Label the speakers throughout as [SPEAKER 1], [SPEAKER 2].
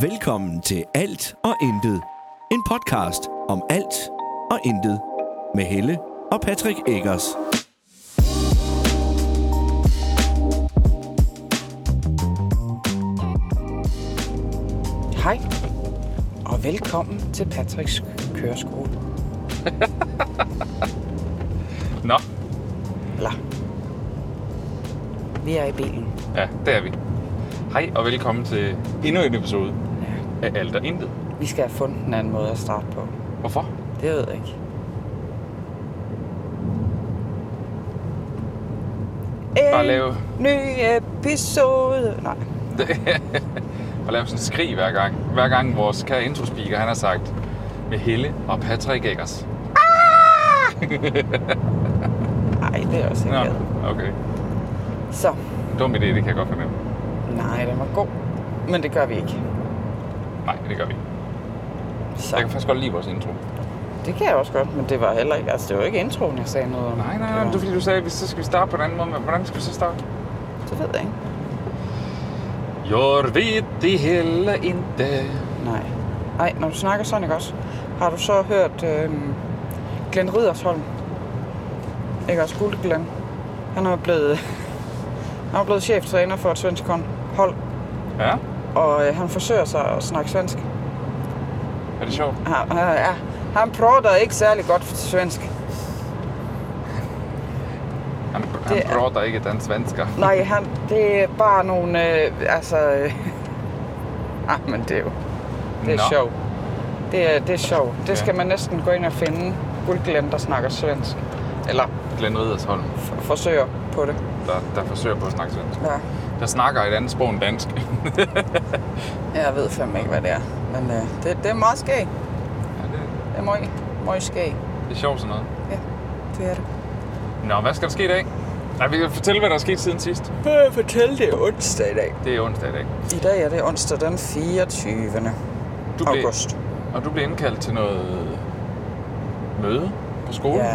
[SPEAKER 1] Velkommen til Alt og Intet. En podcast om alt og intet. Med Helle og Patrick Eggers.
[SPEAKER 2] Hej, og velkommen til Patricks køreskole.
[SPEAKER 3] Nå,
[SPEAKER 2] Eller, vi er i bilen.
[SPEAKER 3] ja, det er vi. Hej og velkommen til endnu en episode af Alt og Intet.
[SPEAKER 2] Vi skal have fundet en anden måde at starte på.
[SPEAKER 3] Hvorfor?
[SPEAKER 2] Det ved jeg ikke. En
[SPEAKER 3] Bare lave-
[SPEAKER 2] ny episode. Nej,
[SPEAKER 3] Og lave sådan en skrig hver gang. Hver gang vores kære introspeaker, han har sagt med Helle og Patrick Eggers.
[SPEAKER 2] nej, det er også
[SPEAKER 3] Nå,
[SPEAKER 2] ikke
[SPEAKER 3] okay.
[SPEAKER 2] Så,
[SPEAKER 3] Dum idé, det kan jeg godt fornemme.
[SPEAKER 2] nej, den var god. Men det gør vi ikke.
[SPEAKER 3] Nej, det gør vi ikke.
[SPEAKER 2] Så,
[SPEAKER 3] Jeg kan faktisk godt lide vores intro.
[SPEAKER 2] det kan jeg også godt, men det var heller ikke, altså det var ikke introen, jeg sagde noget om.
[SPEAKER 3] Nej, nej, nej,
[SPEAKER 2] Det
[SPEAKER 3] det
[SPEAKER 2] var-
[SPEAKER 3] er fordi, du sagde, at så skal vi starte på en anden måde. Men hvordan skal vi så starte?
[SPEAKER 2] Det ved jeg ikke.
[SPEAKER 3] Jeg ved det heller ikke.
[SPEAKER 2] Nej. Nej, når du snakker sådan, ikke også? Har du så hørt øh, Glenn Riddersholm? Ikke også? Guld Glenn. Han er jo blevet, han er blevet cheftræner for et svensk hånd- hold,
[SPEAKER 3] Ja,
[SPEAKER 2] og øh, han forsøger sig at snakke svensk.
[SPEAKER 3] er det sjovt?
[SPEAKER 2] Han, han, ja, han prater ikke særlig godt svensk.
[SPEAKER 3] Han,
[SPEAKER 2] Det
[SPEAKER 3] han
[SPEAKER 2] er-
[SPEAKER 3] prøver ikke, at han er svensker.
[SPEAKER 2] Nej, han, det er bare nogle... Øh, altså... Øh, ah, men det er jo... Det er
[SPEAKER 3] Nå.
[SPEAKER 2] sjovt. Det er, det er sjovt. Det
[SPEAKER 3] Ja.
[SPEAKER 2] skal man næsten gå ind og finde. Guld Glenn, der snakker svensk. Eller
[SPEAKER 3] Glenn Riddersholm,
[SPEAKER 2] f- forsøger på det.
[SPEAKER 3] der, der forsøger på at snakke svensk.
[SPEAKER 2] Ja.
[SPEAKER 3] Der snakker et andet sprog end dansk.
[SPEAKER 2] Jeg ved fandme ikke, hvad det er. Men øh, det, det er meget skægt.
[SPEAKER 3] Ja, det,
[SPEAKER 2] Det er meget, meget skægt.
[SPEAKER 3] det er sjovt sådan noget.
[SPEAKER 2] Ja, det er det.
[SPEAKER 3] Nå, hvad skal der ske i dag? Nej, vi kan fortælle, hvad der er sket siden sidst.
[SPEAKER 2] Hvad jeg fortælle, det er onsdag i dag.
[SPEAKER 3] Det er onsdag i dag.
[SPEAKER 2] I dag er det onsdag den 24.
[SPEAKER 3] Du blev,
[SPEAKER 2] august.
[SPEAKER 3] Og du blev indkaldt til noget møde på skolen.
[SPEAKER 2] Ja,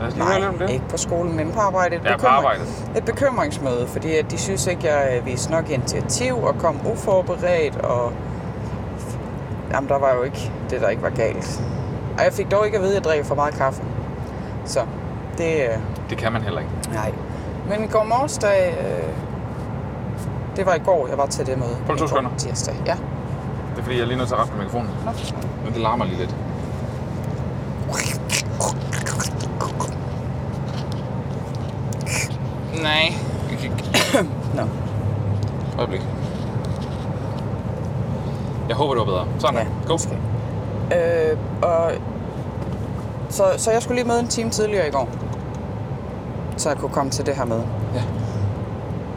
[SPEAKER 3] Lad os lige høre lidt om
[SPEAKER 2] nej,
[SPEAKER 3] det.
[SPEAKER 2] ikke på skolen, men på arbejde. Et,
[SPEAKER 3] Ja, på arbejde.
[SPEAKER 2] et bekymringsmøde, fordi at de synes ikke, jeg øh, viste nok initiativ og kom uforberedt. Og... Jamen, der var jo ikke det, der ikke var galt. Og jeg fik dog ikke at vide, at jeg drikker for meget kaffe. Så det, øh,
[SPEAKER 3] Det kan man heller ikke.
[SPEAKER 2] Nej. Men i går morges, da, øh, det var i går, jeg var til det møde.
[SPEAKER 3] Hold to
[SPEAKER 2] I går
[SPEAKER 3] sekunder.
[SPEAKER 2] Tirsdag, ja.
[SPEAKER 3] Det er fordi, jeg er lige nødt til at rette på mikrofonen.
[SPEAKER 2] Nå.
[SPEAKER 3] Men det larmer lige lidt. Nej. Jeg kan ikke.
[SPEAKER 2] Nå.
[SPEAKER 3] Øjeblik. Jeg håber, det var bedre. Sådan.
[SPEAKER 2] Ja,
[SPEAKER 3] Go.
[SPEAKER 2] måske. Øh, og, så, så jeg skulle lige møde en time tidligere i går, så jeg kunne komme til det her møde.
[SPEAKER 3] Ja.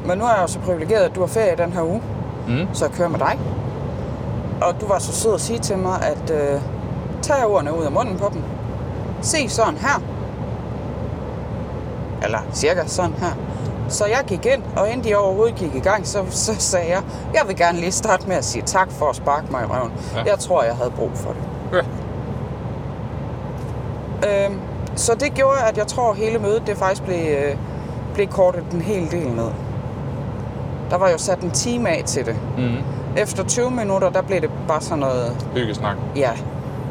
[SPEAKER 2] Men nu er jeg jo så privilegeret, at du har ferie den her uge,
[SPEAKER 3] Mm.
[SPEAKER 2] så jeg kører med dig. Og du var så sød at sige til mig, at øh, tag ordene ud af munden på dem. Se sådan her. Eller cirka sådan her. Så jeg gik ind, og inden de overhovedet gik i gang, så, så sagde jeg, jeg vil gerne lige starte med at sige tak for at sparke mig i røven.
[SPEAKER 3] Ja.
[SPEAKER 2] Ja. Jeg tror, jeg havde brug for det.
[SPEAKER 3] Ja.
[SPEAKER 2] Øhm, så det gjorde, at jeg tror, at hele mødet det faktisk blev, øh, blev kortet en hel del ned. Der var jo sat en time af til det.
[SPEAKER 3] Mm.
[SPEAKER 2] Efter 20 minutter, der blev det bare sådan noget,
[SPEAKER 3] Hyggesnak.
[SPEAKER 2] ja,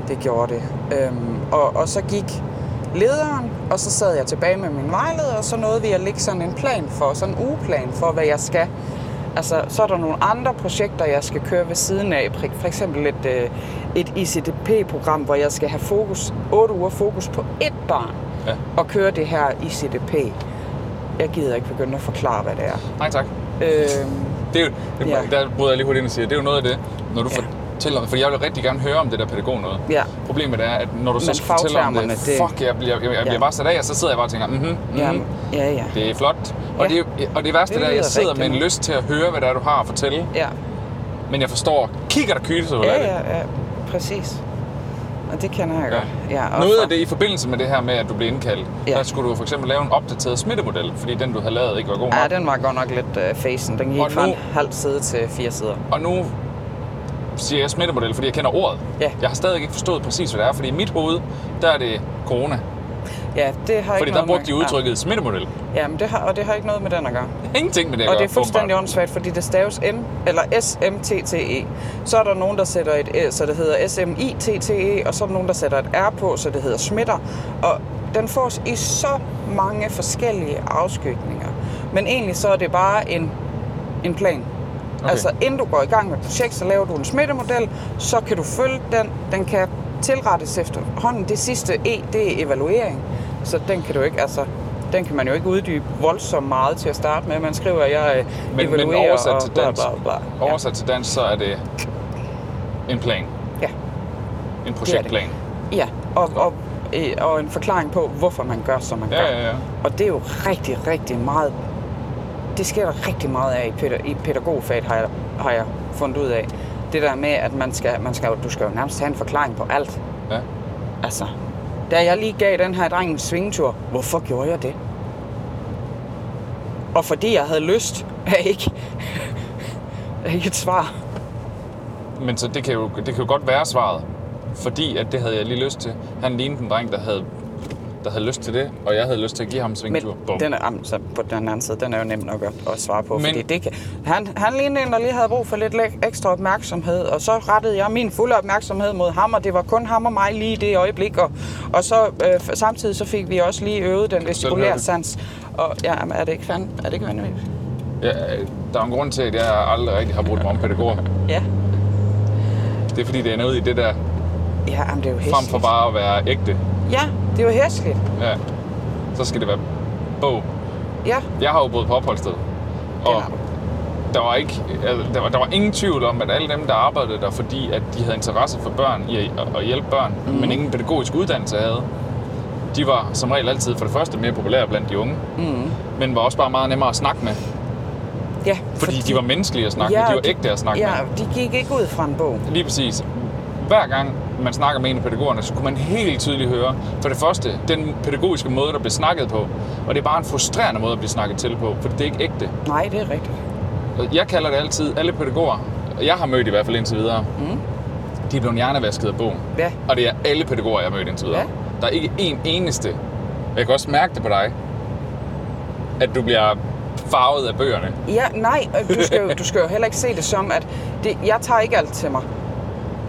[SPEAKER 2] det gjorde det. Øhm, og, og så gik lederen, og så sad jeg tilbage med min vejleder, og så nåede vi at lægge sådan en plan for, sådan en ugeplan for, hvad jeg skal. Altså, så er der nogle andre projekter, jeg skal køre ved siden af. For- For eksempel et, øh, et ICDP-program, hvor jeg skal have fokus, 8 uger fokus på ét barn,
[SPEAKER 3] Ja.
[SPEAKER 2] og køre det her ICDP. Jeg gider ikke begynde at forklare, hvad det er.
[SPEAKER 3] Nej, tak.
[SPEAKER 2] Øhm,
[SPEAKER 3] Det er jo, det,
[SPEAKER 2] Ja.
[SPEAKER 3] ja. der bryder jeg lige hurtigt ind og siger, det er jo noget af det, når du
[SPEAKER 2] Ja.
[SPEAKER 3] ja. fortæller om for jeg vil rigtig gerne høre om det der pædagog noget.
[SPEAKER 2] Ja.
[SPEAKER 3] Problemet er, at når du
[SPEAKER 2] Men
[SPEAKER 3] så skal fortælle om det,
[SPEAKER 2] fagtermerne, det-
[SPEAKER 3] fuck, jeg bliver, jeg, jeg bliver
[SPEAKER 2] Ja.
[SPEAKER 3] bare sat af, og så sidder jeg bare og tænker, mhm, mhm,
[SPEAKER 2] ja, ja, ja.
[SPEAKER 3] det er flot. Og,
[SPEAKER 2] Ja.
[SPEAKER 3] det, er- og det værste
[SPEAKER 2] Det
[SPEAKER 3] det er, at
[SPEAKER 2] lyder
[SPEAKER 3] jeg sidder med en
[SPEAKER 2] rigtigt.
[SPEAKER 3] lyst til at høre, hvad der er, du har at fortælle,
[SPEAKER 2] ja.
[SPEAKER 3] men jeg forstår, kigger der kyles ud af
[SPEAKER 2] Ja,
[SPEAKER 3] det.
[SPEAKER 2] ja, ja, præcis. Og det kender jeg
[SPEAKER 3] Ja.
[SPEAKER 2] godt. Ja, og
[SPEAKER 3] Noget
[SPEAKER 2] for-
[SPEAKER 3] af det i forbindelse med det her med, at du blev indkaldt,
[SPEAKER 2] Ja.
[SPEAKER 3] ja. der skulle du for eksempel lave en opdateret smittemodel, fordi den, du havde lavet, ikke var god nok.
[SPEAKER 2] Ja, den var godt nok lidt øh, facen. Den gik
[SPEAKER 3] Og
[SPEAKER 2] fra
[SPEAKER 3] nu-
[SPEAKER 2] en halv side til fire sider.
[SPEAKER 3] Og nu siger jeg smittemodel, fordi jeg kender ordet.
[SPEAKER 2] Ja.
[SPEAKER 3] Jeg har stadig ikke forstået præcis, hvad det er, fordi i mit hoved, der er det corona.
[SPEAKER 2] Ja, det har
[SPEAKER 3] Fordi
[SPEAKER 2] ikke noget
[SPEAKER 3] der brugte de
[SPEAKER 2] med,
[SPEAKER 3] udtrykket smittemodel.
[SPEAKER 2] Ja, ja men det har, og det har ikke noget med den at gøre.
[SPEAKER 3] Ingenting med det at
[SPEAKER 2] Og det
[SPEAKER 3] gøre,
[SPEAKER 2] er fuldstændig
[SPEAKER 3] åbenbart.
[SPEAKER 2] åndssvagt, fordi det staves M, eller S-M-T-T-E. Så er der nogen, der sætter et E, så det hedder S-M-I-T-T-E, E, og så er der nogen, der sætter et R på, så det hedder smitter. Og den fås i så mange forskellige afskygninger. Men egentlig så er det bare en, en plan. Okay. Altså inden du går i gang med et projekt, så laver du en smittemodel, så kan du følge den, den kan tilrettes efterhånden. Det sidste E, det er evaluering, så den kan du ikke, altså den kan man jo ikke uddybe voldsomt meget til at starte med. Man skriver, at jeg øh,
[SPEAKER 3] Men,
[SPEAKER 2] evaluerer
[SPEAKER 3] men oversat
[SPEAKER 2] og
[SPEAKER 3] til
[SPEAKER 2] bla,
[SPEAKER 3] dansk,
[SPEAKER 2] bla, bla. Ja.
[SPEAKER 3] oversat til dansk, så er det en plan.
[SPEAKER 2] Ja.
[SPEAKER 3] En projektplan.
[SPEAKER 2] ja. Og, og, øh, og en forklaring på, hvorfor man gør, som man
[SPEAKER 3] Ja,
[SPEAKER 2] gør.
[SPEAKER 3] ja, ja.
[SPEAKER 2] Og det er jo rigtig, rigtig meget... Det sker der rigtig meget af i, pæda- i pædagogfaget, har jeg, har jeg fundet ud af. Det der med, at man skal, man skal, jo- du skal jo nærmest have en forklaring på alt.
[SPEAKER 3] ja.
[SPEAKER 2] Altså, da jeg lige gav den her dreng en svingtur, hvorfor gjorde jeg det? Og fordi jeg havde lyst, er ikke, er ikke et svar.
[SPEAKER 3] Men så det kan, jo, det kan jo godt være svaret. Fordi at det havde jeg lige lyst til. Han lignede en dreng, der havde, der havde lyst til det, og jeg havde lyst til at give ham en
[SPEAKER 2] Men
[SPEAKER 3] svingtur. Bum.
[SPEAKER 2] den er, jamen, så på den anden side, den er jo nem nok at, at svare på,
[SPEAKER 3] Men-
[SPEAKER 2] Men... fordi det kan, han, han lignede en, der lige havde brug for lidt læk- ekstra opmærksomhed, og så rettede jeg min fulde opmærksomhed mod ham, og det var kun ham og mig lige i det øjeblik, og, og så øh, f- samtidig så fik vi også lige øvet den
[SPEAKER 3] høre
[SPEAKER 2] vestibulære
[SPEAKER 3] det?
[SPEAKER 2] sans. Og ja, jamen, er det ikke, fan, er det ikke vanvittigt?
[SPEAKER 3] Ja, øh, der er en grund til, at jeg aldrig rigtig har brugt mig om pædagoger.
[SPEAKER 2] Ja.
[SPEAKER 3] Det er fordi, det ender ud i det der,
[SPEAKER 2] Ja, jamen, det er jo hæsligt.
[SPEAKER 3] frem for bare at være ægte.
[SPEAKER 2] Ja, det er jo hæsligt.
[SPEAKER 3] Ja. Så skal det være bog.
[SPEAKER 2] Ja,
[SPEAKER 3] Jeg har jo boet på opholdssted. Og
[SPEAKER 2] har du.
[SPEAKER 3] der var, ikke, altså, der, var, der var ingen tvivl om, at alle dem, der arbejdede der, fordi at de havde interesse for børn i at, at hjælpe børn, mm. men ingen pædagogisk uddannelse havde, de var som regel altid for det første mere populære blandt de unge, mm. men var også bare meget nemmere at snakke med, fordi,
[SPEAKER 2] ja.
[SPEAKER 3] fordi de var menneskelige at snakke ja, med, de var ægte at snakke
[SPEAKER 2] ja,
[SPEAKER 3] med.
[SPEAKER 2] og de gik ikke ud fra en bog.
[SPEAKER 3] Lige præcis. Hver gang man snakker med en af pædagogerne, så kunne man helt tydeligt høre, for det første, den pædagogiske måde, der blev snakket på. Og det er bare en frustrerende måde at blive snakket til på, for det er ikke ægte.
[SPEAKER 2] Nej, det er rigtigt.
[SPEAKER 3] Og Jeg kalder det altid, alle pædagoger, jeg har mødt i hvert fald indtil videre, mm. de er blevet hjernevasket af bogen.
[SPEAKER 2] Ja.
[SPEAKER 3] Og det er alle pædagoger, jeg har mødt indtil videre.
[SPEAKER 2] Ja.
[SPEAKER 3] Der er ikke en eneste. Jeg kan også mærke det på dig, at du bliver farvet af bøgerne.
[SPEAKER 2] Ja, nej, øh, du skal, jo, du skal jo heller ikke se det som, at det, jeg tager ikke alt til mig.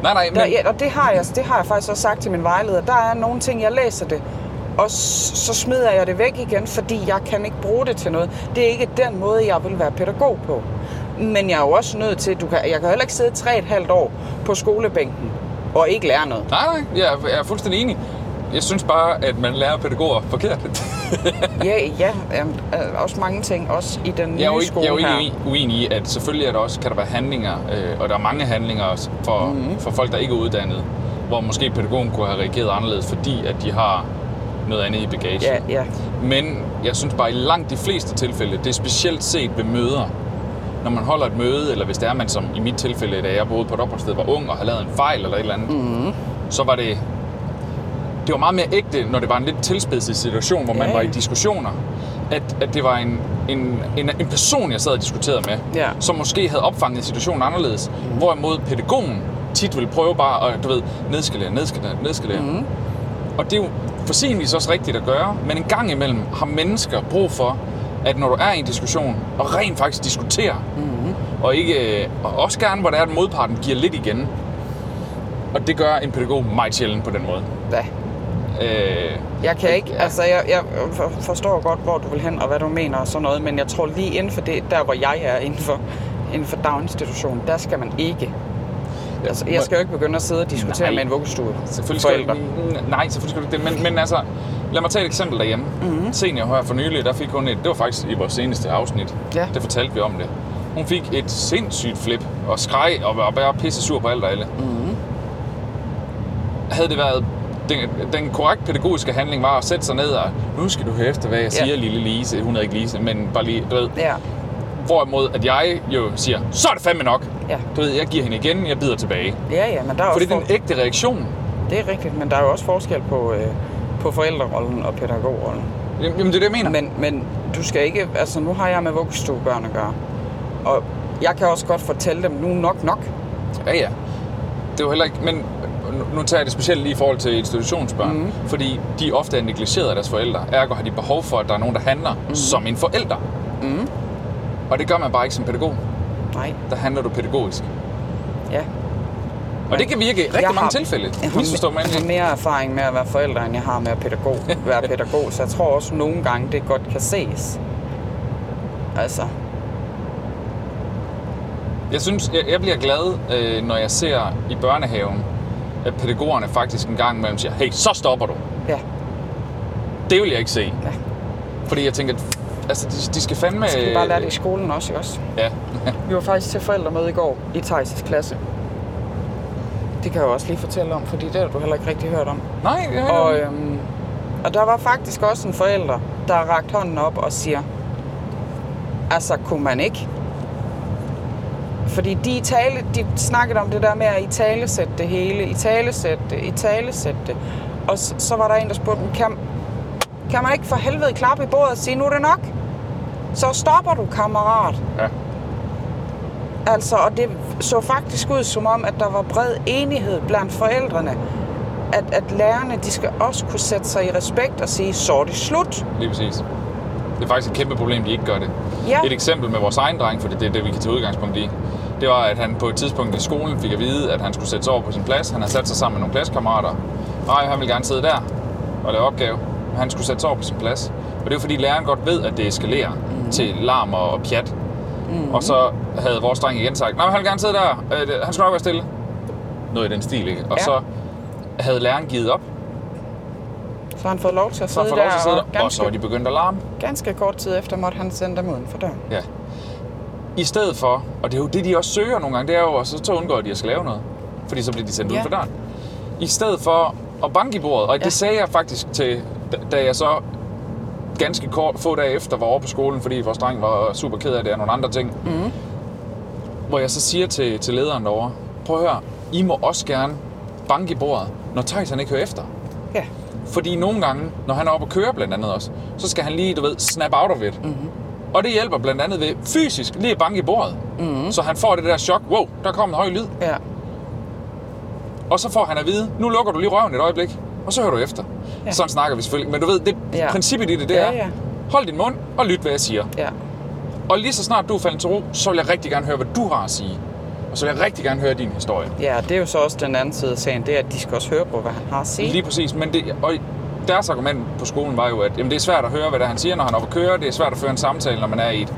[SPEAKER 3] Nej, nej, men...
[SPEAKER 2] Der, ja, og det har, jeg, det har jeg faktisk også sagt til min vejleder. Der er nogle ting, jeg læser det, og s- så smider jeg det væk igen, fordi jeg kan ikke bruge det til noget. Det er ikke den måde, jeg vil være pædagog på. Men jeg er jo også nødt til, du kan, jeg kan heller ikke sidde tre et halvt år på skolebænken og ikke lære noget.
[SPEAKER 3] Nej, nej, jeg er, jeg er fuldstændig enig. Jeg synes bare, at man lærer pædagoger forkert.
[SPEAKER 2] Ja, ja, jamen, øh, også mange ting, også i den nye
[SPEAKER 3] Jeg er jo ikke,
[SPEAKER 2] skole
[SPEAKER 3] jeg er jo
[SPEAKER 2] her.
[SPEAKER 3] ikke ui- uenig i, at selvfølgelig er der også, kan der være handlinger, øh, og der er mange handlinger også for, mm-hmm.
[SPEAKER 2] Mhm.
[SPEAKER 3] for folk, der ikke er uddannede, hvor måske pædagogen kunne have reageret anderledes, fordi at de har noget andet i bagagen.
[SPEAKER 2] Ja, ja.
[SPEAKER 3] Men jeg synes bare, i langt de fleste tilfælde, det er specielt set ved møder, når man holder et møde, eller hvis det er man som i mit tilfælde, da jeg boede på et opholdssted, var ung og havde lavet en fejl eller et eller andet, mm. så var det det var meget mere ægte, når det var en lidt tilspidset situation, hvor man
[SPEAKER 2] Ja,
[SPEAKER 3] var i
[SPEAKER 2] ja.
[SPEAKER 3] diskussioner. At, at det var en, en, en, en person, jeg sad og diskuterede med,
[SPEAKER 2] Ja.
[SPEAKER 3] som måske havde opfanget situationen anderledes. Mm. Hvorimod pædagogen tit ville prøve bare at, du ved, nedskalere, nedskalere, nedskalere. Mm. Og det er jo forsindeligvis også rigtigt at gøre, men en gang imellem har mennesker brug for, at når du er i en diskussion, og rent faktisk diskuterer, mm. og, ikke, og også gerne, hvor det er, at modparten giver lidt igen. Og det gør en pædagog meget sjældent på den måde.
[SPEAKER 2] Ja.
[SPEAKER 3] Øh,
[SPEAKER 2] Jeg kan ikke,
[SPEAKER 3] Ja.
[SPEAKER 2] altså jeg, jeg for- forstår godt, hvor du vil hen og hvad du mener og sådan noget, men jeg tror lige inden for det, der hvor jeg er inden for, inden for daginstitution, der skal man ikke. Altså, jeg skal jo ikke begynde at sidde og diskutere
[SPEAKER 3] Nej.
[SPEAKER 2] med en vuggestue.
[SPEAKER 3] Selvfølgelig skal
[SPEAKER 2] forældre.
[SPEAKER 3] du, nej, selvfølgelig skal du ikke det. Men, men altså, lad mig tage et eksempel derhjemme.
[SPEAKER 2] Mhm.
[SPEAKER 3] Mm-hmm. Senior her for nylig, der fik hun et, det var faktisk i vores seneste afsnit,
[SPEAKER 2] Ja.
[SPEAKER 3] der fortalte vi om det. Hun fik et sindssygt flip og skreg og var bare pisse sur på alt og alle. Mm-hmm.
[SPEAKER 2] Mhm.
[SPEAKER 3] Havde det været den, den korrekte pædagogiske handling var at sætte sig ned og, nu skal du høre efter, hvad jeg
[SPEAKER 2] Ja.
[SPEAKER 3] siger, lille Lise. Hun hedder ikke Lise, men bare lige, du ved.
[SPEAKER 2] Ja,
[SPEAKER 3] Hvorimod, at jeg jo siger, så er det fandme nok.
[SPEAKER 2] Ja.
[SPEAKER 3] Du ved, jeg giver hende igen, jeg bider tilbage.
[SPEAKER 2] ja, ja, men der er
[SPEAKER 3] For
[SPEAKER 2] også
[SPEAKER 3] det er den
[SPEAKER 2] for,
[SPEAKER 3] ægte reaktion.
[SPEAKER 2] det er rigtigt, men der er jo også forskel på, øh, på forældrerollen og pædagogrollen.
[SPEAKER 3] Jamen, det er det, jeg mener.
[SPEAKER 2] Men, men du skal ikke, altså nu har jeg med vuggestuebørn at gøre, og jeg kan også godt fortælle dem, nu er nok nok.
[SPEAKER 3] Ja, ja. Det er jo heller ikke... Men nu- nu tager jeg det specielt lige i forhold til institutionsbørn,
[SPEAKER 2] Mhm.
[SPEAKER 3] mm. fordi de ofte er negligeret af deres forældre. Ergo har de behov for, at der er nogen, der handler
[SPEAKER 2] Mhm.
[SPEAKER 3] mm. som en forælder. Mm. Og det gør man bare ikke som pædagog.
[SPEAKER 2] Nej,
[SPEAKER 3] Der handler du pædagogisk.
[SPEAKER 2] ja.
[SPEAKER 3] Og det kan virke i rigtig
[SPEAKER 2] Jeg
[SPEAKER 3] mange
[SPEAKER 2] har-
[SPEAKER 3] tilfælde.
[SPEAKER 2] Jeg har,
[SPEAKER 3] Misforstå mig
[SPEAKER 2] jeg har
[SPEAKER 3] endelig.
[SPEAKER 2] mere erfaring med at være forælder, end jeg har med at pædagog, være pædagog, så jeg tror også nogle gange, det godt kan ses. Altså,
[SPEAKER 3] Jeg synes, jeg, jeg bliver glad, øh, når jeg ser i børnehaven, at pædagogerne faktisk en gang imellem siger, hey, så stopper du.
[SPEAKER 2] ja,
[SPEAKER 3] Det vil jeg ikke se.
[SPEAKER 2] ja.
[SPEAKER 3] Fordi jeg tænker, at altså, de, de skal fandme...
[SPEAKER 2] Skal vi bare lære det i skolen også, ikke også?
[SPEAKER 3] Ja.
[SPEAKER 2] øh, Vi var faktisk til forældremøde i går i Thijs' klasse. Det kan jeg jo også lige fortælle om, fordi det har du heller ikke rigtig hørt om.
[SPEAKER 3] Nej, ja, ja.
[SPEAKER 2] Og, øhm, og der var faktisk også en forælder, der rakte hånden op og siger, altså kunne man ikke? Fordi de, i tale, de snakkede om det der med at i tale sætte det hele, i tale sætte det, i tale sætte det. Og så, så var der en, der spurgte dem, kan, kan man ikke for helvede klappe i bordet og sige, nu er det nok? Så stopper du, kammerat.
[SPEAKER 3] ja.
[SPEAKER 2] Altså, og det så faktisk ud som om, at der var bred enighed blandt forældrene, at, at lærerne, de skal også kunne sætte sig i respekt og sige, så er det slut.
[SPEAKER 3] Lige præcis. Det er faktisk et kæmpe problem, de ikke gør det.
[SPEAKER 2] Ja.
[SPEAKER 3] Et eksempel med vores egen dreng, for det er det, vi kan tage udgangspunkt i, det var, at han på et tidspunkt i skolen fik at vide, at han skulle sætte sig over på sin plads. Han havde sat sig sammen med nogle klassekammerater. Nej, han ville gerne sidde der og lave opgave. Men han skulle sætte sig over på sin plads. Og det er jo fordi læreren godt ved, at det eskalerer
[SPEAKER 2] Mhm.
[SPEAKER 3] mm. til larm og, og pjat. Mm. Og så havde vores dreng igen sagt, nej, men han vil gerne sidde der. Øh, det- han skal nok være stille. Noget i den stil, ikke? Og
[SPEAKER 2] Ja.
[SPEAKER 3] så havde læreren givet op.
[SPEAKER 2] Så har han fået lov til at
[SPEAKER 3] Så
[SPEAKER 2] sidde
[SPEAKER 3] han får
[SPEAKER 2] der,
[SPEAKER 3] lov til at sidde
[SPEAKER 2] og
[SPEAKER 3] der. Og så
[SPEAKER 2] ganske,
[SPEAKER 3] var de begyndt at larme.
[SPEAKER 2] ganske kort tid efter måtte han sende dem uden for døren.
[SPEAKER 3] Ja. I stedet for, og det er jo det, de også søger nogle gange, det er jo, og så undgår de at skal lave noget. Fordi så bliver de sendt ja.
[SPEAKER 2] Ja.
[SPEAKER 3] ud for døren. I stedet for at banke i bordet, og ja.
[SPEAKER 2] Ja.
[SPEAKER 3] det sagde jeg faktisk til, da- da jeg så ganske kort, få dage efter, var over på skolen, fordi vores dreng var super ked af det og nogle andre ting. Mm. Hvor jeg så siger til, til lederen derovre, prøv at høre, I må også gerne banke i bordet, når Thijs han ikke hører efter.
[SPEAKER 2] Ja,
[SPEAKER 3] Fordi nogle gange, når han er oppe at køre blandt andet også, så skal han lige, du ved, snap out of it.
[SPEAKER 2] Mhm.
[SPEAKER 3] Mm-hmm. Og det hjælper blandt andet ved fysisk lige at banke i bordet.
[SPEAKER 2] Mhm.
[SPEAKER 3] Mm-hmm. Så han får det der chok, wow, der kom en høj lyd.
[SPEAKER 2] ja,
[SPEAKER 3] Og så får han at vide, nu lukker du lige røven et øjeblik, og så hører du efter. Ja.
[SPEAKER 2] Ja.
[SPEAKER 3] Sådan snakker vi selvfølgelig. Men du ved, det ja.
[SPEAKER 2] Ja.
[SPEAKER 3] princippet i det, det
[SPEAKER 2] Ja,
[SPEAKER 3] er,
[SPEAKER 2] ja.
[SPEAKER 3] hold din mund og lyt, hvad jeg siger.
[SPEAKER 2] ja.
[SPEAKER 3] Og lige så snart du er faldet til ro, så vil jeg rigtig gerne høre, hvad du har at sige. Og så vil jeg rigtig gerne høre din historie.
[SPEAKER 2] Ja, det er jo så også den anden side af sagen, det er, at de skal også høre på, hvad han har at sige.
[SPEAKER 3] Lige præcis, men det, og deres argument på skolen var jo, at jamen, det er svært at høre, hvad det er, han siger, når han er oppe at køre. Det er svært at føre en samtale, når man er i et,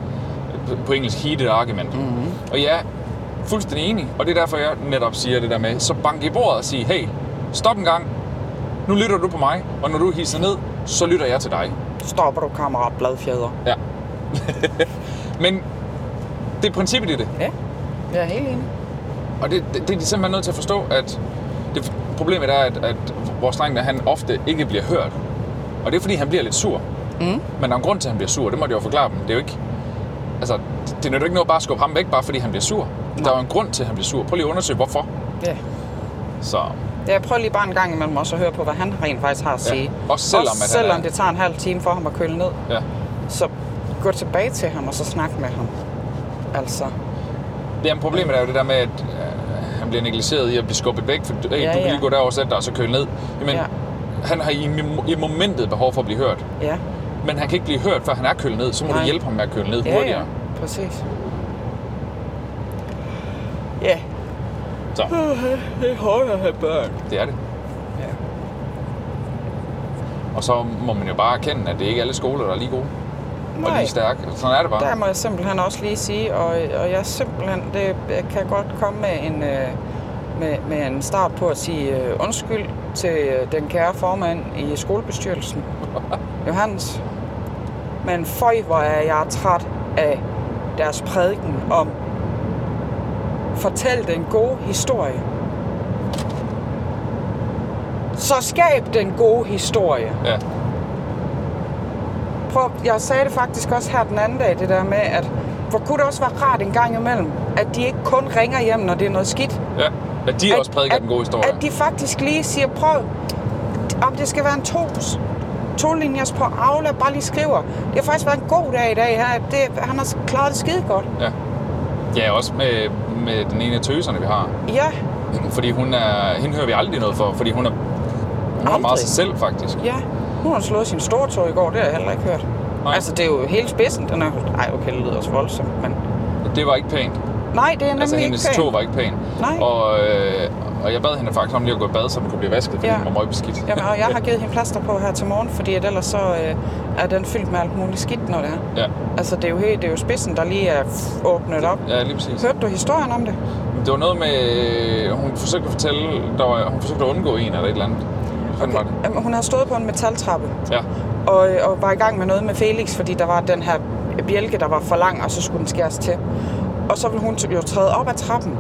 [SPEAKER 3] på engelsk, heated argument. Mm-hmm. Og jeg er fuldstændig enig, og det er derfor, jeg netop siger det der med, så bank i bordet og sige, hey, stop en gang, nu lytter du på mig, og når du hisser ned, så lytter jeg til dig.
[SPEAKER 2] Stopper du, kammerat Bladfjeder?
[SPEAKER 3] Ja. men det er princippet i det.
[SPEAKER 2] Ja, jeg er helt enig.
[SPEAKER 3] Og det, det, det er de simpelthen nødt til at forstå, at det, problemet er, at, at vores dreng der, han ofte ikke bliver hørt. Og det er fordi, han bliver lidt sur. Mm. Men der er en grund til, at han bliver sur, det må de jo forklare dem. Det er jo ikke... Altså, det- det nytter ikke noget bare at skubbe ham væk, bare fordi han bliver sur. Nej. Der er jo en grund til, at han bliver sur. Prøv lige at undersøge, hvorfor.
[SPEAKER 2] Ja.
[SPEAKER 3] Så
[SPEAKER 2] Ja, jeg prøver lige bare en gang imellem også at høre på, hvad han rent faktisk har at
[SPEAKER 3] Ja,
[SPEAKER 2] sige.
[SPEAKER 3] også selvom, at
[SPEAKER 2] også
[SPEAKER 3] han
[SPEAKER 2] selvom
[SPEAKER 3] er-
[SPEAKER 2] det tager en halv time for ham at køle ned.
[SPEAKER 3] ja.
[SPEAKER 2] Så gå tilbage til ham, og så snak med ham. Altså,
[SPEAKER 3] Jamen, problemet er jo det der med, at øh, han bliver negligeret i at blive skubbet væk. For, hey,
[SPEAKER 2] Ja,
[SPEAKER 3] du kan
[SPEAKER 2] ja.
[SPEAKER 3] lige gå derover og sætte dig og så køle ned. Jamen, ja.
[SPEAKER 2] Ja.
[SPEAKER 3] han har i, i momentet behov for at blive hørt.
[SPEAKER 2] ja.
[SPEAKER 3] Men han kan ikke blive hørt, før han er kølet ned. Så må Nej.
[SPEAKER 2] Nej.
[SPEAKER 3] du hjælpe ham med at køle ned
[SPEAKER 2] Ja,
[SPEAKER 3] hurtigere.
[SPEAKER 2] ja, præcis. Ja,
[SPEAKER 3] Så
[SPEAKER 2] Hm. det er hårdt at have børn.
[SPEAKER 3] det er det.
[SPEAKER 2] Ja.
[SPEAKER 3] Og så må man jo bare erkende, at det ikke er alle skoler, der er lige gode og
[SPEAKER 2] Nej,
[SPEAKER 3] lige stærke. Sådan er det bare.
[SPEAKER 2] der må jeg simpelthen også lige sige, og, og jeg simpelthen, det jeg kan godt komme med en, øh, med, med en start på at sige øh, undskyld til øh, den kære formand i skolebestyrelsen, Johannes. Men føj, hvor er jeg træt af deres prædiken om, fortæl den gode historie. Så skab den gode historie.
[SPEAKER 3] Ja,
[SPEAKER 2] Prøv, jeg sagde det faktisk også her den anden dag, det der med, at hvor kunne det også være rart en gang imellem, at de ikke kun ringer hjem, når det er noget skidt.
[SPEAKER 3] ja. At de
[SPEAKER 2] at,
[SPEAKER 3] også prædiker den gode historie.
[SPEAKER 2] At de faktisk lige siger, prøv, om det skal være en to, to linjers på Aula, bare lige skriver. Det har faktisk været en god dag i dag her. Det, han har klaret det skide godt.
[SPEAKER 3] Ja. ja, også med, med den ene af tøserne, vi har.
[SPEAKER 2] Ja,
[SPEAKER 3] Fordi hun er, hende hører vi aldrig noget for, fordi hun er, hun er
[SPEAKER 2] Aldrig?
[SPEAKER 3] meget sig selv, faktisk.
[SPEAKER 2] Ja, hun har slået sin store tog i går, det har jeg heller ikke hørt.
[SPEAKER 3] Nej.
[SPEAKER 2] Nej. Altså, det er jo helt spidsen, den er... Ej, okay, det lyder også voldsomt, men...
[SPEAKER 3] Det var ikke pænt.
[SPEAKER 2] Nej, det er nemlig
[SPEAKER 3] Altså, hendes
[SPEAKER 2] ikke pænt.
[SPEAKER 3] tog var ikke pæn.
[SPEAKER 2] Nej.
[SPEAKER 3] Og, øh, og jeg bad hende faktisk om lige at gå i bad, så den kunne blive vasket, fordi ja.
[SPEAKER 2] Ja.
[SPEAKER 3] den var meget beskidt.
[SPEAKER 2] Jamen, og jeg har givet hende plaster på her til morgen, fordi at ellers så øh, er den fyldt med alt muligt skidt, når det er.
[SPEAKER 3] ja.
[SPEAKER 2] Altså, det er jo, helt, det er jo spidsen, der lige er pff, åbnet op.
[SPEAKER 3] ja, lige præcis.
[SPEAKER 2] Hørte du historien om det?
[SPEAKER 3] Det var noget med, øh, hun forsøgte at fortælle, der var, hun forsøgte at undgå en eller et eller andet. Sådan var det.
[SPEAKER 2] Jamen, hun havde stået på en metaltrappe
[SPEAKER 3] Ja.
[SPEAKER 2] og, øh, og var i gang med noget med Felix, fordi der var den her bjælke, der var for lang, og så skulle den skæres til. Og så ville hun t- jo træde op ad trappen,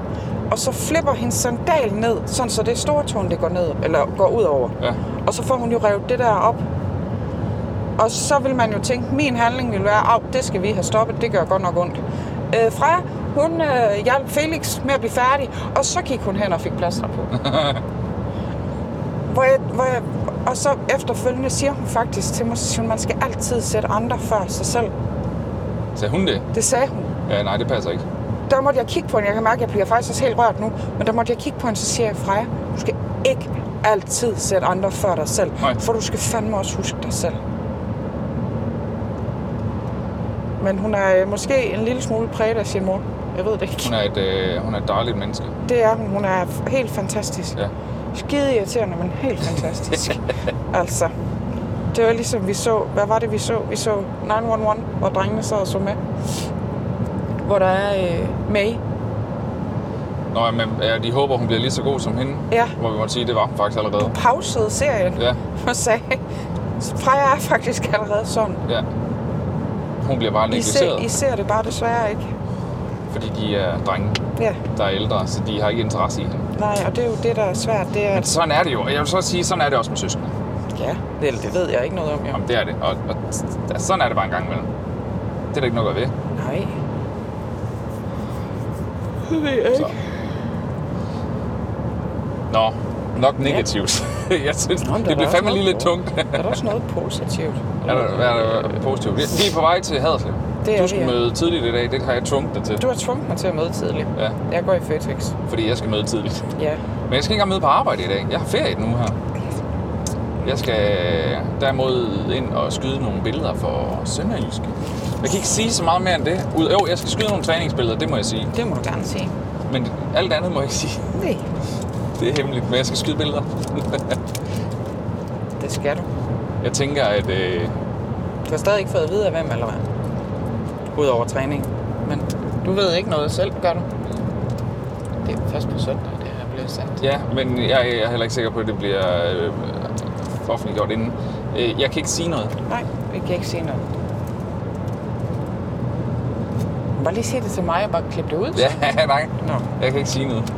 [SPEAKER 2] og så flipper hendes sandal ned, sådan så det store tårn, det går, ned, eller går ud over.
[SPEAKER 3] Ja.
[SPEAKER 2] Og så får hun jo revet det der op. Og så vil man jo tænke, min handling vil være, at det skal vi have stoppet, det gør godt nok ondt. Øh, Freja, hun øh, hjalp Felix med at blive færdig, og så gik hun hen og fik plaster på. hvor jeg, hvor jeg, og så efterfølgende siger hun faktisk til mig, så siger hun, man skal altid sætte andre før sig selv.
[SPEAKER 3] Sagde hun det?
[SPEAKER 2] Det sagde hun.
[SPEAKER 3] Ja, nej, det passer ikke.
[SPEAKER 2] Der måtte jeg kigge på hende. Jeg kan mærke, at jeg bliver faktisk også helt rørt nu. Men der måtte jeg kigge på hende, så siger jeg, Freja, du skal ikke altid sætte andre før dig selv.
[SPEAKER 3] Nej.
[SPEAKER 2] For du skal fandme også huske dig selv. Men hun er øh, måske en lille smule præget af sin mor. Jeg ved det
[SPEAKER 3] Hun
[SPEAKER 2] ikke.
[SPEAKER 3] er et, øh, hun er et dejligt menneske.
[SPEAKER 2] Det er hun. Hun er f- helt fantastisk.
[SPEAKER 3] Ja.
[SPEAKER 2] Skide irriterende, men helt fantastisk. altså, det var ligesom vi så, hvad var det vi så? Vi så 911, hvor drengene sad og så med. Hvor der er øh, May.
[SPEAKER 3] Nå, ja, men ja, de håber, hun bliver lige så god som hende.
[SPEAKER 2] Ja.
[SPEAKER 3] Hvor vi må sige, det var hun faktisk allerede.
[SPEAKER 2] pausede serien
[SPEAKER 3] Ja,
[SPEAKER 2] og sagde, Freja er faktisk allerede sådan.
[SPEAKER 3] ja. Hun bliver bare
[SPEAKER 2] I ser,
[SPEAKER 3] negligeret,
[SPEAKER 2] I ser det bare desværre ikke.
[SPEAKER 3] fordi de er drenge,
[SPEAKER 2] Ja,
[SPEAKER 3] der er ældre, så de har ikke interesse i hende.
[SPEAKER 2] nej, og det er jo det, der er svært. Det er,
[SPEAKER 3] Men
[SPEAKER 2] at,
[SPEAKER 3] sådan er det jo, og jeg vil så sige, sådan er det også med søskende.
[SPEAKER 2] ja, det, det ved jeg ikke noget om, jo.
[SPEAKER 3] Jamen, det er det, og, og ja, sådan er det bare en gang imellem. Det er der ikke noget at gøre ved.
[SPEAKER 2] Nej. Det ved jeg
[SPEAKER 3] Så.
[SPEAKER 2] ikke.
[SPEAKER 3] Nå, nok negativt. jeg synes,
[SPEAKER 2] Nå, men der
[SPEAKER 3] det
[SPEAKER 2] er
[SPEAKER 3] blev
[SPEAKER 2] også
[SPEAKER 3] fandme
[SPEAKER 2] noget
[SPEAKER 3] lige
[SPEAKER 2] på.
[SPEAKER 3] lidt tungt.
[SPEAKER 2] Er der også noget positivt?
[SPEAKER 3] er der, er der positivt? Vi, vi er på vej til Haderslev.
[SPEAKER 2] Det er
[SPEAKER 3] du
[SPEAKER 2] vi,
[SPEAKER 3] skal
[SPEAKER 2] ja.
[SPEAKER 3] møde tidligt i dag, det har jeg tvunget dig til.
[SPEAKER 2] Du har tvunget mig til at møde tidligt.
[SPEAKER 3] Ja,
[SPEAKER 2] Jeg går i Føtex.
[SPEAKER 3] fordi jeg skal møde tidligt.
[SPEAKER 2] Ja.
[SPEAKER 3] Men jeg skal ikke engang møde på arbejde i dag. Jeg har ferie nu her. Jeg skal derimod ind og skyde nogle billeder for Sønderjyske. Jeg kan ikke sige så meget mere end det. Ud, jo, jeg skal skyde nogle træningsbilleder, det må jeg sige.
[SPEAKER 2] Det må du gerne sige.
[SPEAKER 3] Men alt andet må jeg ikke sige.
[SPEAKER 2] Nej.
[SPEAKER 3] Det er hemmeligt, men jeg skal skyde billeder.
[SPEAKER 2] Det skal du.
[SPEAKER 3] Jeg tænker, at... Øh,
[SPEAKER 2] Du har stadig ikke fået at vide af hvem eller hvad. Udover træning. Men du ved ikke noget selv, gør du? Det er først på søndag, det er blevet sandt.
[SPEAKER 3] ja, men jeg, jeg er heller ikke sikker på, at det bliver øh, offentliggjort inden. Øh, Jeg kan ikke sige noget.
[SPEAKER 2] Nej, vi kan ikke se noget. Bare lige sige det til mig, og bare klippe det ud. så.
[SPEAKER 3] Ja, nej.
[SPEAKER 2] Nå.
[SPEAKER 3] Jeg kan ikke sige noget.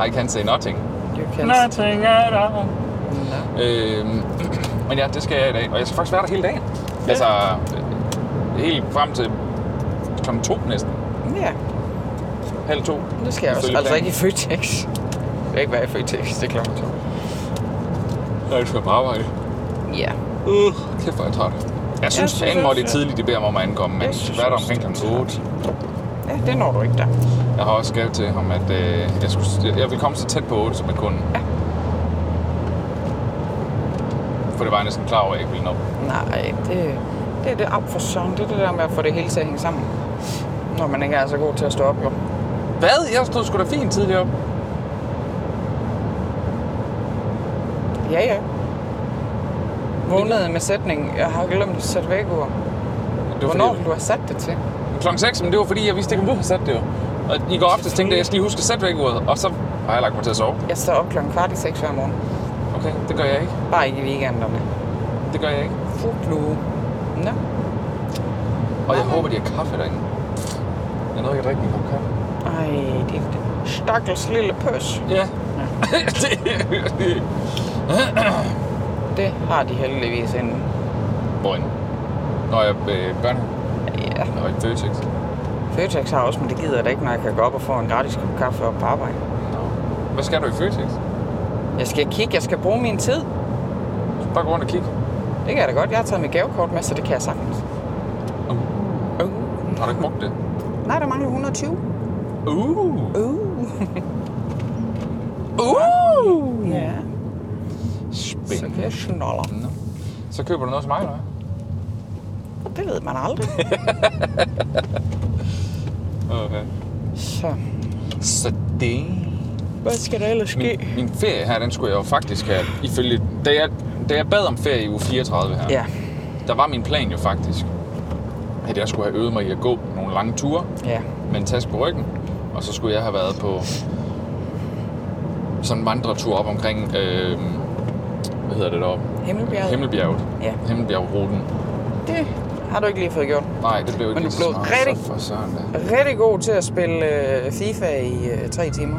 [SPEAKER 2] Ej,
[SPEAKER 3] I can say nothing.
[SPEAKER 2] you can...
[SPEAKER 3] Nothing at all.
[SPEAKER 2] Nå.
[SPEAKER 3] Øh, men ja, det skal jeg i dag. Og jeg skal faktisk være der hele dagen. Altså, øh, helt frem til kl. 2 næsten.
[SPEAKER 2] Ja,
[SPEAKER 3] Halv to.
[SPEAKER 2] det skal jeg også.
[SPEAKER 3] Ifølge
[SPEAKER 2] Altså
[SPEAKER 3] planen.
[SPEAKER 2] ikke i Føtex. Jeg kan ikke være i Føtex, det er klokken to.
[SPEAKER 3] Nej, du skal på arbejde.
[SPEAKER 2] Ja.
[SPEAKER 3] Uh, kæft, hvor er jeg træt. Jeg synes,
[SPEAKER 2] synes
[SPEAKER 3] jeg synes,
[SPEAKER 2] også,
[SPEAKER 3] det er
[SPEAKER 2] ja.
[SPEAKER 3] tidligt, de beder mig om at ankomme, men
[SPEAKER 2] Jeg synes
[SPEAKER 3] hvad er der
[SPEAKER 2] også,
[SPEAKER 3] omkring kl. 8?
[SPEAKER 2] Ja, det når du ikke der.
[SPEAKER 3] Jeg har også skrevet til ham, at øh, jeg, skulle, jeg ville komme så tæt på 8, som jeg kunne.
[SPEAKER 2] Ja.
[SPEAKER 3] For det var jeg næsten klar over, at jeg ikke ville nå.
[SPEAKER 2] Nej, det, det er det op for søren. Det er det der med at få det hele til at hænge sammen. Når man ikke er så god til at stå op, jo.
[SPEAKER 3] Hvad? Jeg stod sgu da fint tidligere op.
[SPEAKER 2] Ja, ja. Vågnede med sætningen, jeg har glemt at sætte væk ord.
[SPEAKER 3] Det var
[SPEAKER 2] Hvornår
[SPEAKER 3] fordi,
[SPEAKER 2] du har sat det til?
[SPEAKER 3] klokken 6, men det var fordi, jeg vidste ikke, om du havde sat det jo. Og i går aftes tænkte jeg, at jeg skal lige huske at sætte væk uret, og så har jeg lagt mig til at sove.
[SPEAKER 2] Jeg står op klokken kvart i seks hver morgen.
[SPEAKER 3] Okay, det gør jeg ikke.
[SPEAKER 2] Bare ikke i weekenderne.
[SPEAKER 3] Det gør jeg ikke.
[SPEAKER 2] Fuglue. Nå,
[SPEAKER 3] Og jeg håber, de har kaffe derinde. Jeg nåede ikke at drikke min kop kaffe.
[SPEAKER 2] ej, det er stakkels lille pøs.
[SPEAKER 3] Ja. det...
[SPEAKER 2] Det har de heldigvis inden.
[SPEAKER 3] Hvorinde? Når jeg øh, børn,
[SPEAKER 2] Ja,
[SPEAKER 3] når jeg er i Føtex.
[SPEAKER 2] Føtex har også, men det gider jeg da ikke, når jeg kan gå op og få en gratis kop kaffe op på arbejde.
[SPEAKER 3] Hvad skal du i Føtex?
[SPEAKER 2] Jeg skal kigge, jeg skal bruge min tid.
[SPEAKER 3] Bare gå rundt og kigge.
[SPEAKER 2] Det kan jeg da godt. Jeg har taget mit gavekort med, så det kan jeg sagtens.
[SPEAKER 3] Uh.
[SPEAKER 2] Uh.
[SPEAKER 3] Har du ikke brugt det?
[SPEAKER 2] Nej, der mangler 120.
[SPEAKER 3] Uh.
[SPEAKER 2] Uh. Uh! Ja. Så
[SPEAKER 3] Spændende.
[SPEAKER 2] kan jeg snoller.
[SPEAKER 3] Nå. Så køber du noget til mig, eller hvad?
[SPEAKER 2] Det ved man aldrig.
[SPEAKER 3] Okay.
[SPEAKER 2] Så
[SPEAKER 3] Så det...
[SPEAKER 2] hvad skal der ellers ske?
[SPEAKER 3] Min, min ferie her, den skulle jeg jo faktisk have... Ifølge, da, jeg, da jeg bad om ferie i uge 34 her,
[SPEAKER 2] Ja,
[SPEAKER 3] der var min plan jo faktisk, at jeg skulle have øvet mig i at gå nogle lange ture
[SPEAKER 2] ja.
[SPEAKER 3] med en taske på ryggen, og så skulle jeg have været på sådan en vandretur op omkring... Øh, hvad hedder det deroppe?
[SPEAKER 2] Himmelbjerget.
[SPEAKER 3] Himmelbjerget.
[SPEAKER 2] Ja.
[SPEAKER 3] Himmelbjergruten.
[SPEAKER 2] Det har du ikke lige fået gjort.
[SPEAKER 3] Nej, det blev
[SPEAKER 2] Men
[SPEAKER 3] ikke
[SPEAKER 2] du
[SPEAKER 3] lige så
[SPEAKER 2] blev
[SPEAKER 3] smart,
[SPEAKER 2] rigtig-
[SPEAKER 3] så For søren, da.
[SPEAKER 2] Rigtig god til at spille øh, FIFA i øh, tre timer.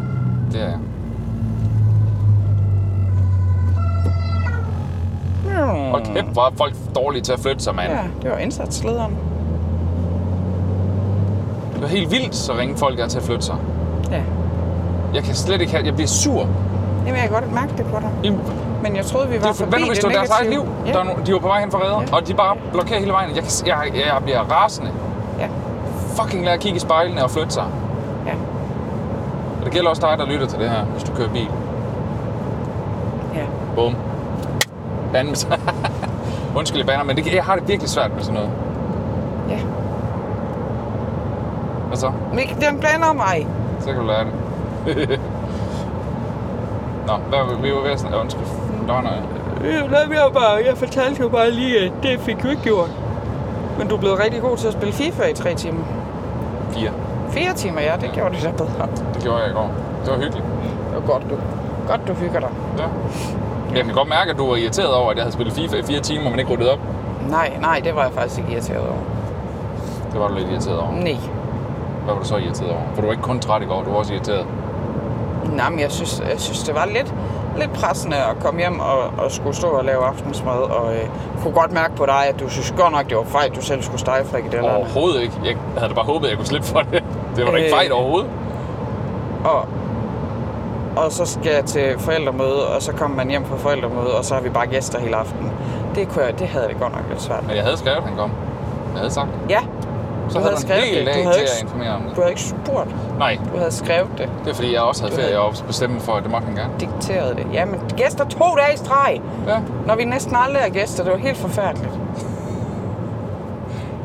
[SPEAKER 3] Det er jeg. Og kæft, hvor er folk dårlige til at flytte sig, mand.
[SPEAKER 2] Hmm, Ja, det var indsatslederen.
[SPEAKER 3] Det er helt vildt, så ringe folk er til at flytte sig.
[SPEAKER 2] Ja.
[SPEAKER 3] Jeg kan slet ikke have... Jeg bliver sur.
[SPEAKER 2] Jamen, jeg kan godt mærke det på dig.
[SPEAKER 3] Jamen,
[SPEAKER 2] Men jeg troede, vi
[SPEAKER 3] Det
[SPEAKER 2] var
[SPEAKER 3] er for,
[SPEAKER 2] forbi
[SPEAKER 3] hvad nu, hvis det var deres eget liv?
[SPEAKER 2] negative.
[SPEAKER 3] Ja.
[SPEAKER 2] Ja.
[SPEAKER 3] Der er no, de var på vej hen fra redder,
[SPEAKER 2] Ja.
[SPEAKER 3] ja. og de bare blokerer hele vejen. Jeg, kan, s- jeg, jeg, jeg bliver rasende.
[SPEAKER 2] Ja.
[SPEAKER 3] Fucking lad at kigge i spejlene og flytte sig.
[SPEAKER 2] Ja.
[SPEAKER 3] Og det gælder også dig, der lytter til det her, hvis du kører bil.
[SPEAKER 2] ja.
[SPEAKER 3] Bum. Bandes. Undskyld, jeg banner, men det, jeg har det virkelig svært med sådan noget.
[SPEAKER 2] Ja.
[SPEAKER 3] Hvad så?
[SPEAKER 2] Mik, den blander mig.
[SPEAKER 3] Så kan du lære det. Nå, hvad, var- vi var ved at snakke. Undskyld. Nå, nej.
[SPEAKER 2] Øh, Lad mig bare. Jeg fortalte jo bare lige, at det fik du ikke gjort. Men du er blevet rigtig god til at spille FIFA i tre timer.
[SPEAKER 3] Fire.
[SPEAKER 2] Fire timer, ja. Det gjorde du da bedre.
[SPEAKER 3] Det gjorde jeg i går. Det var hyggeligt.
[SPEAKER 2] Det var godt, du. Godt, du hygger dig.
[SPEAKER 3] Ja. Jeg kan godt mærke, at du var irriteret over, at jeg havde spillet FIFA i fire timer, men ikke ryddet op.
[SPEAKER 2] Nej, nej, det var jeg faktisk ikke irriteret over.
[SPEAKER 3] Det var du lidt irriteret over.
[SPEAKER 2] Nej.
[SPEAKER 3] Hvad var du så irriteret over? For du var ikke kun træt i går, du var også irriteret.
[SPEAKER 2] Nej, men jeg synes, jeg synes det var lidt, lidt pressende at komme hjem og, og skulle stå og lave aftensmad. Og øh, kunne godt mærke på dig, at du synes godt nok, det var fejl, du selv skulle stege frikadellerne.
[SPEAKER 3] Overhovedet ikke. Jeg havde da bare håbet, at jeg kunne slippe for det. Det var da ikke
[SPEAKER 2] Øh.
[SPEAKER 3] fejl overhovedet.
[SPEAKER 2] Og, og så skal jeg til forældremøde, og så kommer man hjem fra forældremøde, og så har vi bare gæster hele aftenen. Det, kunne jeg, det havde jeg det godt nok lidt svært med.
[SPEAKER 3] Men jeg havde skrevet, at han kom. Jeg havde sagt. det.
[SPEAKER 2] Ja,
[SPEAKER 3] Så
[SPEAKER 2] Du
[SPEAKER 3] havde
[SPEAKER 2] havde
[SPEAKER 3] du en
[SPEAKER 2] skrevet
[SPEAKER 3] hel
[SPEAKER 2] det. Du
[SPEAKER 3] dag
[SPEAKER 2] havde
[SPEAKER 3] til at
[SPEAKER 2] ikke-
[SPEAKER 3] informere om det.
[SPEAKER 2] du havde ikke spurgt,
[SPEAKER 3] Nej,
[SPEAKER 2] du havde skrevet det,
[SPEAKER 3] det er fordi, jeg også havde
[SPEAKER 2] Du havde-
[SPEAKER 3] ferie og bestemte mig for, at det måtte han gerne.
[SPEAKER 2] dikteret det. Jamen, gæster to dage i streg,
[SPEAKER 3] Ja.
[SPEAKER 2] når vi næsten aldrig er gæster. Det var helt forfærdeligt.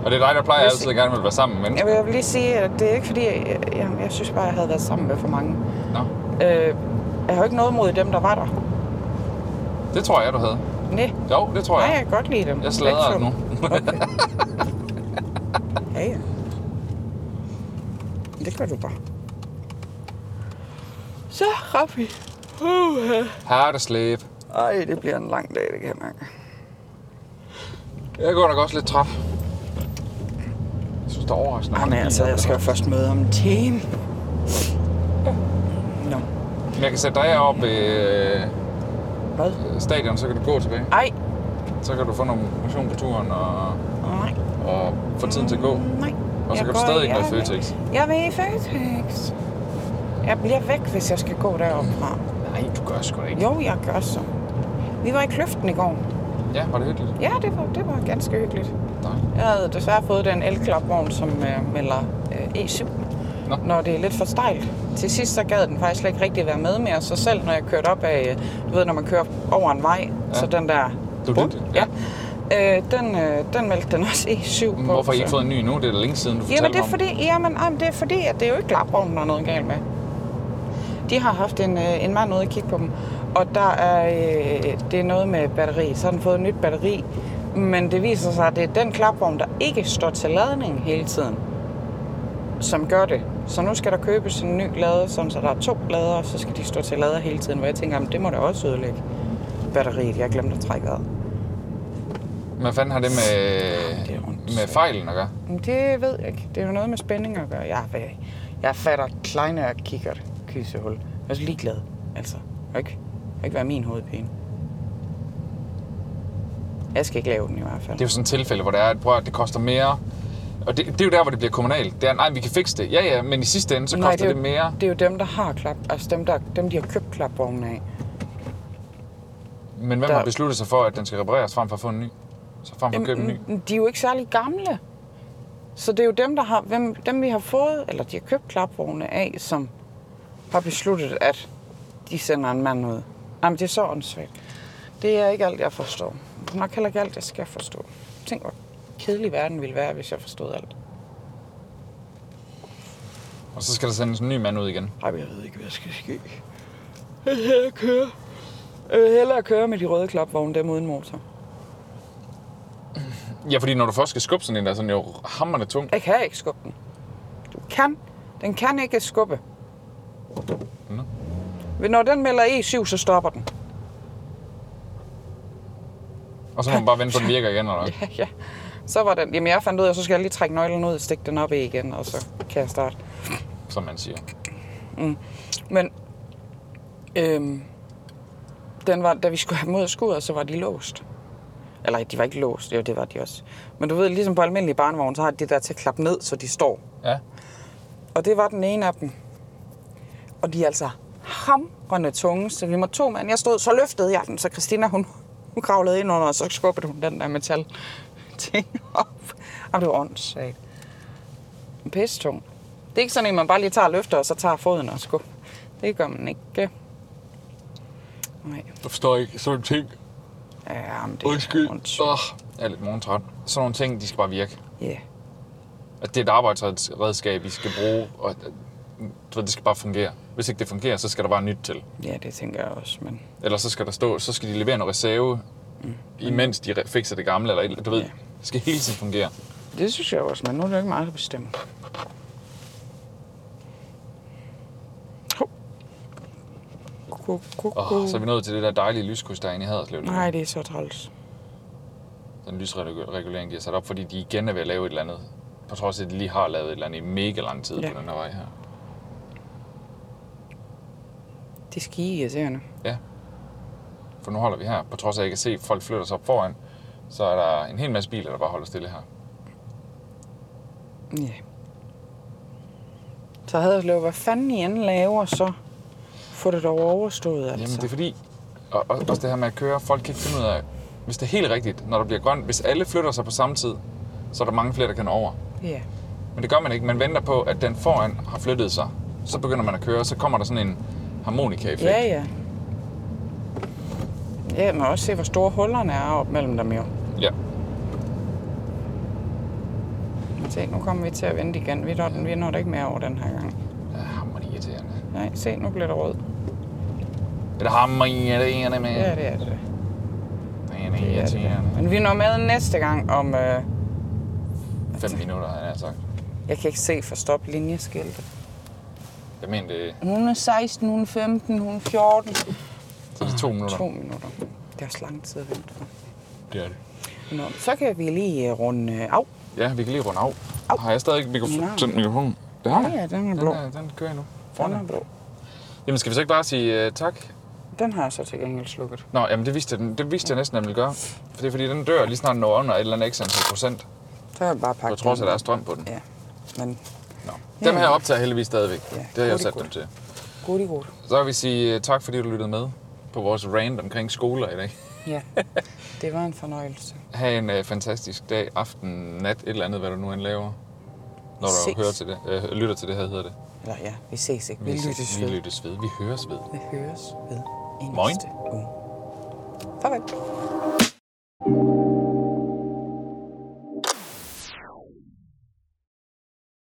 [SPEAKER 3] Og det er dig, der plejer
[SPEAKER 2] Hvis-
[SPEAKER 3] altid at gerne vil være sammen med
[SPEAKER 2] Jeg
[SPEAKER 3] mennesker.
[SPEAKER 2] vil lige sige, at det er ikke fordi, jeg, jeg, jeg synes bare, jeg havde været sammen med for mange.
[SPEAKER 3] Nå,
[SPEAKER 2] Øh, jeg har jo ikke noget mod dem, der var der.
[SPEAKER 3] det tror jeg, du havde.
[SPEAKER 2] Nej,
[SPEAKER 3] Jo, det tror
[SPEAKER 2] nej,
[SPEAKER 3] jeg.
[SPEAKER 2] jeg kan godt lide dem.
[SPEAKER 3] Jeg sladrer nu.
[SPEAKER 2] Ja, ja. Det gør du bare. Så, Raffi. Uh,
[SPEAKER 3] Hærteslæb.
[SPEAKER 2] Ej, det bliver en lang dag, det kan jeg mærke.
[SPEAKER 3] Jeg går nok også lidt træt. Jeg synes, det er overraskende.
[SPEAKER 2] Jamen altså, jeg skal jo først møde om en time. Nå.
[SPEAKER 3] Men jeg kan sætte dig op ved øh,
[SPEAKER 2] Hvad?
[SPEAKER 3] stadion, så kan du gå tilbage.
[SPEAKER 2] Ej,
[SPEAKER 3] Så kan du få noget motion på turen og,
[SPEAKER 2] nej,
[SPEAKER 3] og få tiden til at gå.
[SPEAKER 2] nej.
[SPEAKER 3] Og så
[SPEAKER 2] Jeg
[SPEAKER 3] kan du
[SPEAKER 2] går-
[SPEAKER 3] stadig ikke nå
[SPEAKER 2] jeg-
[SPEAKER 3] Føtex.
[SPEAKER 2] Jeg vil i Føtex. Jeg bliver væk, hvis jeg skal gå deroppe fra.
[SPEAKER 3] Nej, du gør sgu da ikke.
[SPEAKER 2] Jo, jeg gør så. Vi var i kløften i går.
[SPEAKER 3] Ja, var det hyggeligt?
[SPEAKER 2] Ja, det var, det var ganske hyggeligt.
[SPEAKER 3] Dejligt.
[SPEAKER 2] Jeg havde desværre fået den elklapvogn, som øh, melder øh, E7,
[SPEAKER 3] Nå.
[SPEAKER 2] når det er lidt for stejlt. Til sidst så gad den faktisk slet ikke rigtig være med mere, så selv når jeg kørte op af, øh, du ved, når man kører over en vej, ja. så den der...
[SPEAKER 3] Du
[SPEAKER 2] bum,
[SPEAKER 3] dygtig,
[SPEAKER 2] ja. Øh, den, øh, den meldte den også E7
[SPEAKER 3] Men
[SPEAKER 2] på.
[SPEAKER 3] Hvorfor har I ikke
[SPEAKER 2] så-
[SPEAKER 3] fået en ny nu? Det er da længe siden, du fortalte
[SPEAKER 2] Jamen det er
[SPEAKER 3] mig om
[SPEAKER 2] fordi, jamen, ej, men det er fordi, at det er jo ikke klapvognen, der er noget galt med. De har haft en, øh, en mand ude og kigge på dem, og der er, øh, det er noget med batteri. Så har den fået et nyt batteri, men det viser sig, at det er den klapvogn, der ikke står til ladning hele tiden, som gør det. Så nu skal der købes en ny lader, sådan så der er to lader, og så skal de stå til lader hele tiden, hvor jeg tænker, jamen, det må da også ødelægge batteriet. Jeg glemte at trække ad.
[SPEAKER 3] det. Hvad fanden har det med,
[SPEAKER 2] Det er ondt.
[SPEAKER 3] med fejlen at gøre?
[SPEAKER 2] Men det ved jeg ikke. Det er jo noget med spænding at gøre. Jeg, jeg, jeg fatter kleine og kigger det kysehul. Jeg er så ligeglad. Altså, det kan ikke, det kan ikke være min hovedpine. Jeg skal ikke lave den i hvert fald.
[SPEAKER 3] Det er jo sådan et tilfælde, hvor det er, at, prøv, at høre, det koster mere. Og det, det, er jo der, hvor det bliver kommunalt. Det er, nej, vi kan fikse det. Ja, ja, men i sidste ende, så
[SPEAKER 2] Nej,
[SPEAKER 3] koster
[SPEAKER 2] er
[SPEAKER 3] det,
[SPEAKER 2] jo-
[SPEAKER 3] mere.
[SPEAKER 2] Det er jo dem, der har klap. Altså dem, der, dem de har købt klapvognen af.
[SPEAKER 3] Men hvem
[SPEAKER 2] der-
[SPEAKER 3] har besluttet sig for, at den skal repareres frem for at få en ny? Så frem for at købe en ny?
[SPEAKER 2] Jamen, Mm, de er jo ikke særlig gamle. Så det er jo dem, der har, hvem, dem vi har fået, eller de har købt klapvogne af, som har besluttet, at de sender en mand ud. Jamen, det er så åndssvagt. Det er ikke alt, jeg forstår. Det er nok heller ikke alt, jeg skal forstå. Tænk, hvor kedelig verden ville være, hvis jeg forstod alt. mm.
[SPEAKER 3] Og så skal der sendes en ny mand ud igen.
[SPEAKER 2] Ej, men jeg ved ikke, hvad der skal ske. Jeg vil hellere køre. Jeg vil hellere køre med de røde klapvogne, dem uden motor.
[SPEAKER 3] Ja, fordi når du først skal skubbe sådan en, der er sådan jo hammerne tung.
[SPEAKER 2] Jeg kan ikke skubbe den. Du kan. Den kan ikke skubbe.
[SPEAKER 3] Nå.
[SPEAKER 2] Men Når den melder E7, så stopper den.
[SPEAKER 3] Og så må man bare vente på, at den virker igen, eller hvad?
[SPEAKER 2] Ja, ja. Så var den... Jamen, jeg fandt ud af, at så skal jeg lige trække nøglen ud, stikke den op i igen, og så kan jeg starte.
[SPEAKER 3] Som man siger.
[SPEAKER 2] Men øhm, den var, da vi skulle have mod skuret, så var de låst. Eller de var ikke låst, jo det var de også. Men du ved, ligesom på almindelige barnevogne, så har de det der til at klappe ned, så de står.
[SPEAKER 3] Ja.
[SPEAKER 2] Og det var den ene af dem. Og de er altså hamrende tunge, så vi må to mand. Jeg stod, så løftede jeg den, så Christina hun, hun kravlede ind under, og så skubbede hun den der metal ting op. Jamen, det var åndssvagt. Pisse tung. Det er ikke sådan en, man bare lige tager og løfter, og så tager foden og skubber. Det gør man ikke. Nej,
[SPEAKER 3] Du forstår ikke sådan ting.
[SPEAKER 2] ja, men det
[SPEAKER 3] Undskyld.
[SPEAKER 2] er åndssvagt.
[SPEAKER 3] Oh, jeg er lidt morgentræt. Sådan nogle ting, de skal bare virke.
[SPEAKER 2] Ja.
[SPEAKER 3] At det er et arbejdsredskab, I skal bruge, og at- du ved, det skal bare fungere. Hvis ikke det fungerer, så skal der bare nyt til.
[SPEAKER 2] ja, det tænker jeg også, men...
[SPEAKER 3] Eller så skal der stå, så skal de levere noget reserve, imens de re- fikser det gamle, eller et eller andet. du ved,
[SPEAKER 2] Mm. Ja.
[SPEAKER 3] det skal hele tiden fungere.
[SPEAKER 2] Det synes jeg også, men nu er det jo ikke mig, der bestemmer. Hov. Ku, ku,
[SPEAKER 3] Oh,
[SPEAKER 2] ku.
[SPEAKER 3] Så er vi nået til det der dejlige lyskryds, der er inde i Haderslev. lige nu.
[SPEAKER 2] Nej, det er så træls.
[SPEAKER 3] Den lysregulering, de har sat op, fordi de igen er ved at lave et eller andet. På trods af, at de lige har lavet et eller andet i mega lang tid
[SPEAKER 2] Ja.
[SPEAKER 3] på den her vej her.
[SPEAKER 2] Det er skide irriterende.
[SPEAKER 3] For nu holder vi her. På trods af, at jeg kan se, at folk flytter sig op foran, så er der en hel masse biler, der bare holder stille her.
[SPEAKER 2] Ja. Så havde jeg lavet, hvad fanden I anden laver, så få det dog overstået, altså.
[SPEAKER 3] Jamen, det er fordi... Og, og også det her med at køre, folk kan ikke finde ud af... Hvis det er helt rigtigt, når der bliver grønt, hvis alle flytter sig på samme tid, så er der mange flere, der kan nå over.
[SPEAKER 2] Ja.
[SPEAKER 3] Men det gør man ikke. Man venter på, at den foran har flyttet sig. Så begynder man at køre, og så kommer der sådan en harmonika-effekt.
[SPEAKER 2] Ja, ja. Ja, men også se, hvor store hullerne er op mellem dem jo.
[SPEAKER 3] ja.
[SPEAKER 2] Se, nu kommer vi til at vente igen. Vi når, den, vi når det ikke mere over den her gang.
[SPEAKER 3] Det er hammer irriterende.
[SPEAKER 2] Nej, se, nu bliver det rød.
[SPEAKER 3] Det er hammer irriterende, man.
[SPEAKER 2] Ja, det er det.
[SPEAKER 3] Det er
[SPEAKER 2] Ja, det er det.
[SPEAKER 3] irriterende.
[SPEAKER 2] Men vi når med næste gang om... Øh,
[SPEAKER 3] 5 minutter, havde jeg nær sagt.
[SPEAKER 2] jeg kan ikke se for stop linjeskilte.
[SPEAKER 3] Jeg mener, det
[SPEAKER 2] Hun er 16, hun er 15, hun er 14.
[SPEAKER 3] så er det to minutter.
[SPEAKER 2] Ah, To minutter. Det er også lang tid at vente for.
[SPEAKER 3] Det er det.
[SPEAKER 2] Nå, så kan vi lige øh, runde øh, af.
[SPEAKER 3] Ja, vi kan lige runde af.
[SPEAKER 2] Au.
[SPEAKER 3] Har jeg stadig ikke
[SPEAKER 2] Nej.
[SPEAKER 3] mikrofon? Tændt mikrofonen? Det har jeg.
[SPEAKER 2] Ja, den er
[SPEAKER 3] Den,
[SPEAKER 2] blå.
[SPEAKER 3] er, den kører endnu. Foran
[SPEAKER 2] Den
[SPEAKER 3] dig.
[SPEAKER 2] er blå.
[SPEAKER 3] Jamen, skal vi så ikke bare sige uh, tak?
[SPEAKER 2] Den har jeg så til gengæld slukket.
[SPEAKER 3] Nå, jamen, det vidste, jeg, det vidste jeg næsten, at jeg ville gøre. For det er fordi, den dør lige snart når under et eller andet x antal procent.
[SPEAKER 2] Så har jeg bare pakket
[SPEAKER 3] På trods af, at
[SPEAKER 2] den.
[SPEAKER 3] der er strøm på den.
[SPEAKER 2] Ja, men
[SPEAKER 3] Nå. Dem her optager heldigvis stadigvæk.
[SPEAKER 2] Ja,
[SPEAKER 3] det har jeg
[SPEAKER 2] hurtigt,
[SPEAKER 3] sat dem
[SPEAKER 2] hurtigt.
[SPEAKER 3] til.
[SPEAKER 2] god i god.
[SPEAKER 3] Så vil vi sige øh, tak, fordi du lyttede med på vores rant omkring skoler i dag.
[SPEAKER 2] Ja, det var en fornøjelse.
[SPEAKER 3] Ha' en øh, fantastisk dag, aften, nat, et eller andet, hvad du nu end laver. Når du
[SPEAKER 2] Ses.
[SPEAKER 3] hører til det, øh, lytter til det her, hedder det.
[SPEAKER 2] Eller ja, vi ses ikke. Vi,
[SPEAKER 3] ses.
[SPEAKER 2] lyttes
[SPEAKER 3] vi
[SPEAKER 2] ved.
[SPEAKER 3] lyttes ved. Vi høres ved.
[SPEAKER 2] Vi høres ved i
[SPEAKER 3] Moin.
[SPEAKER 2] næste uge. Farvel.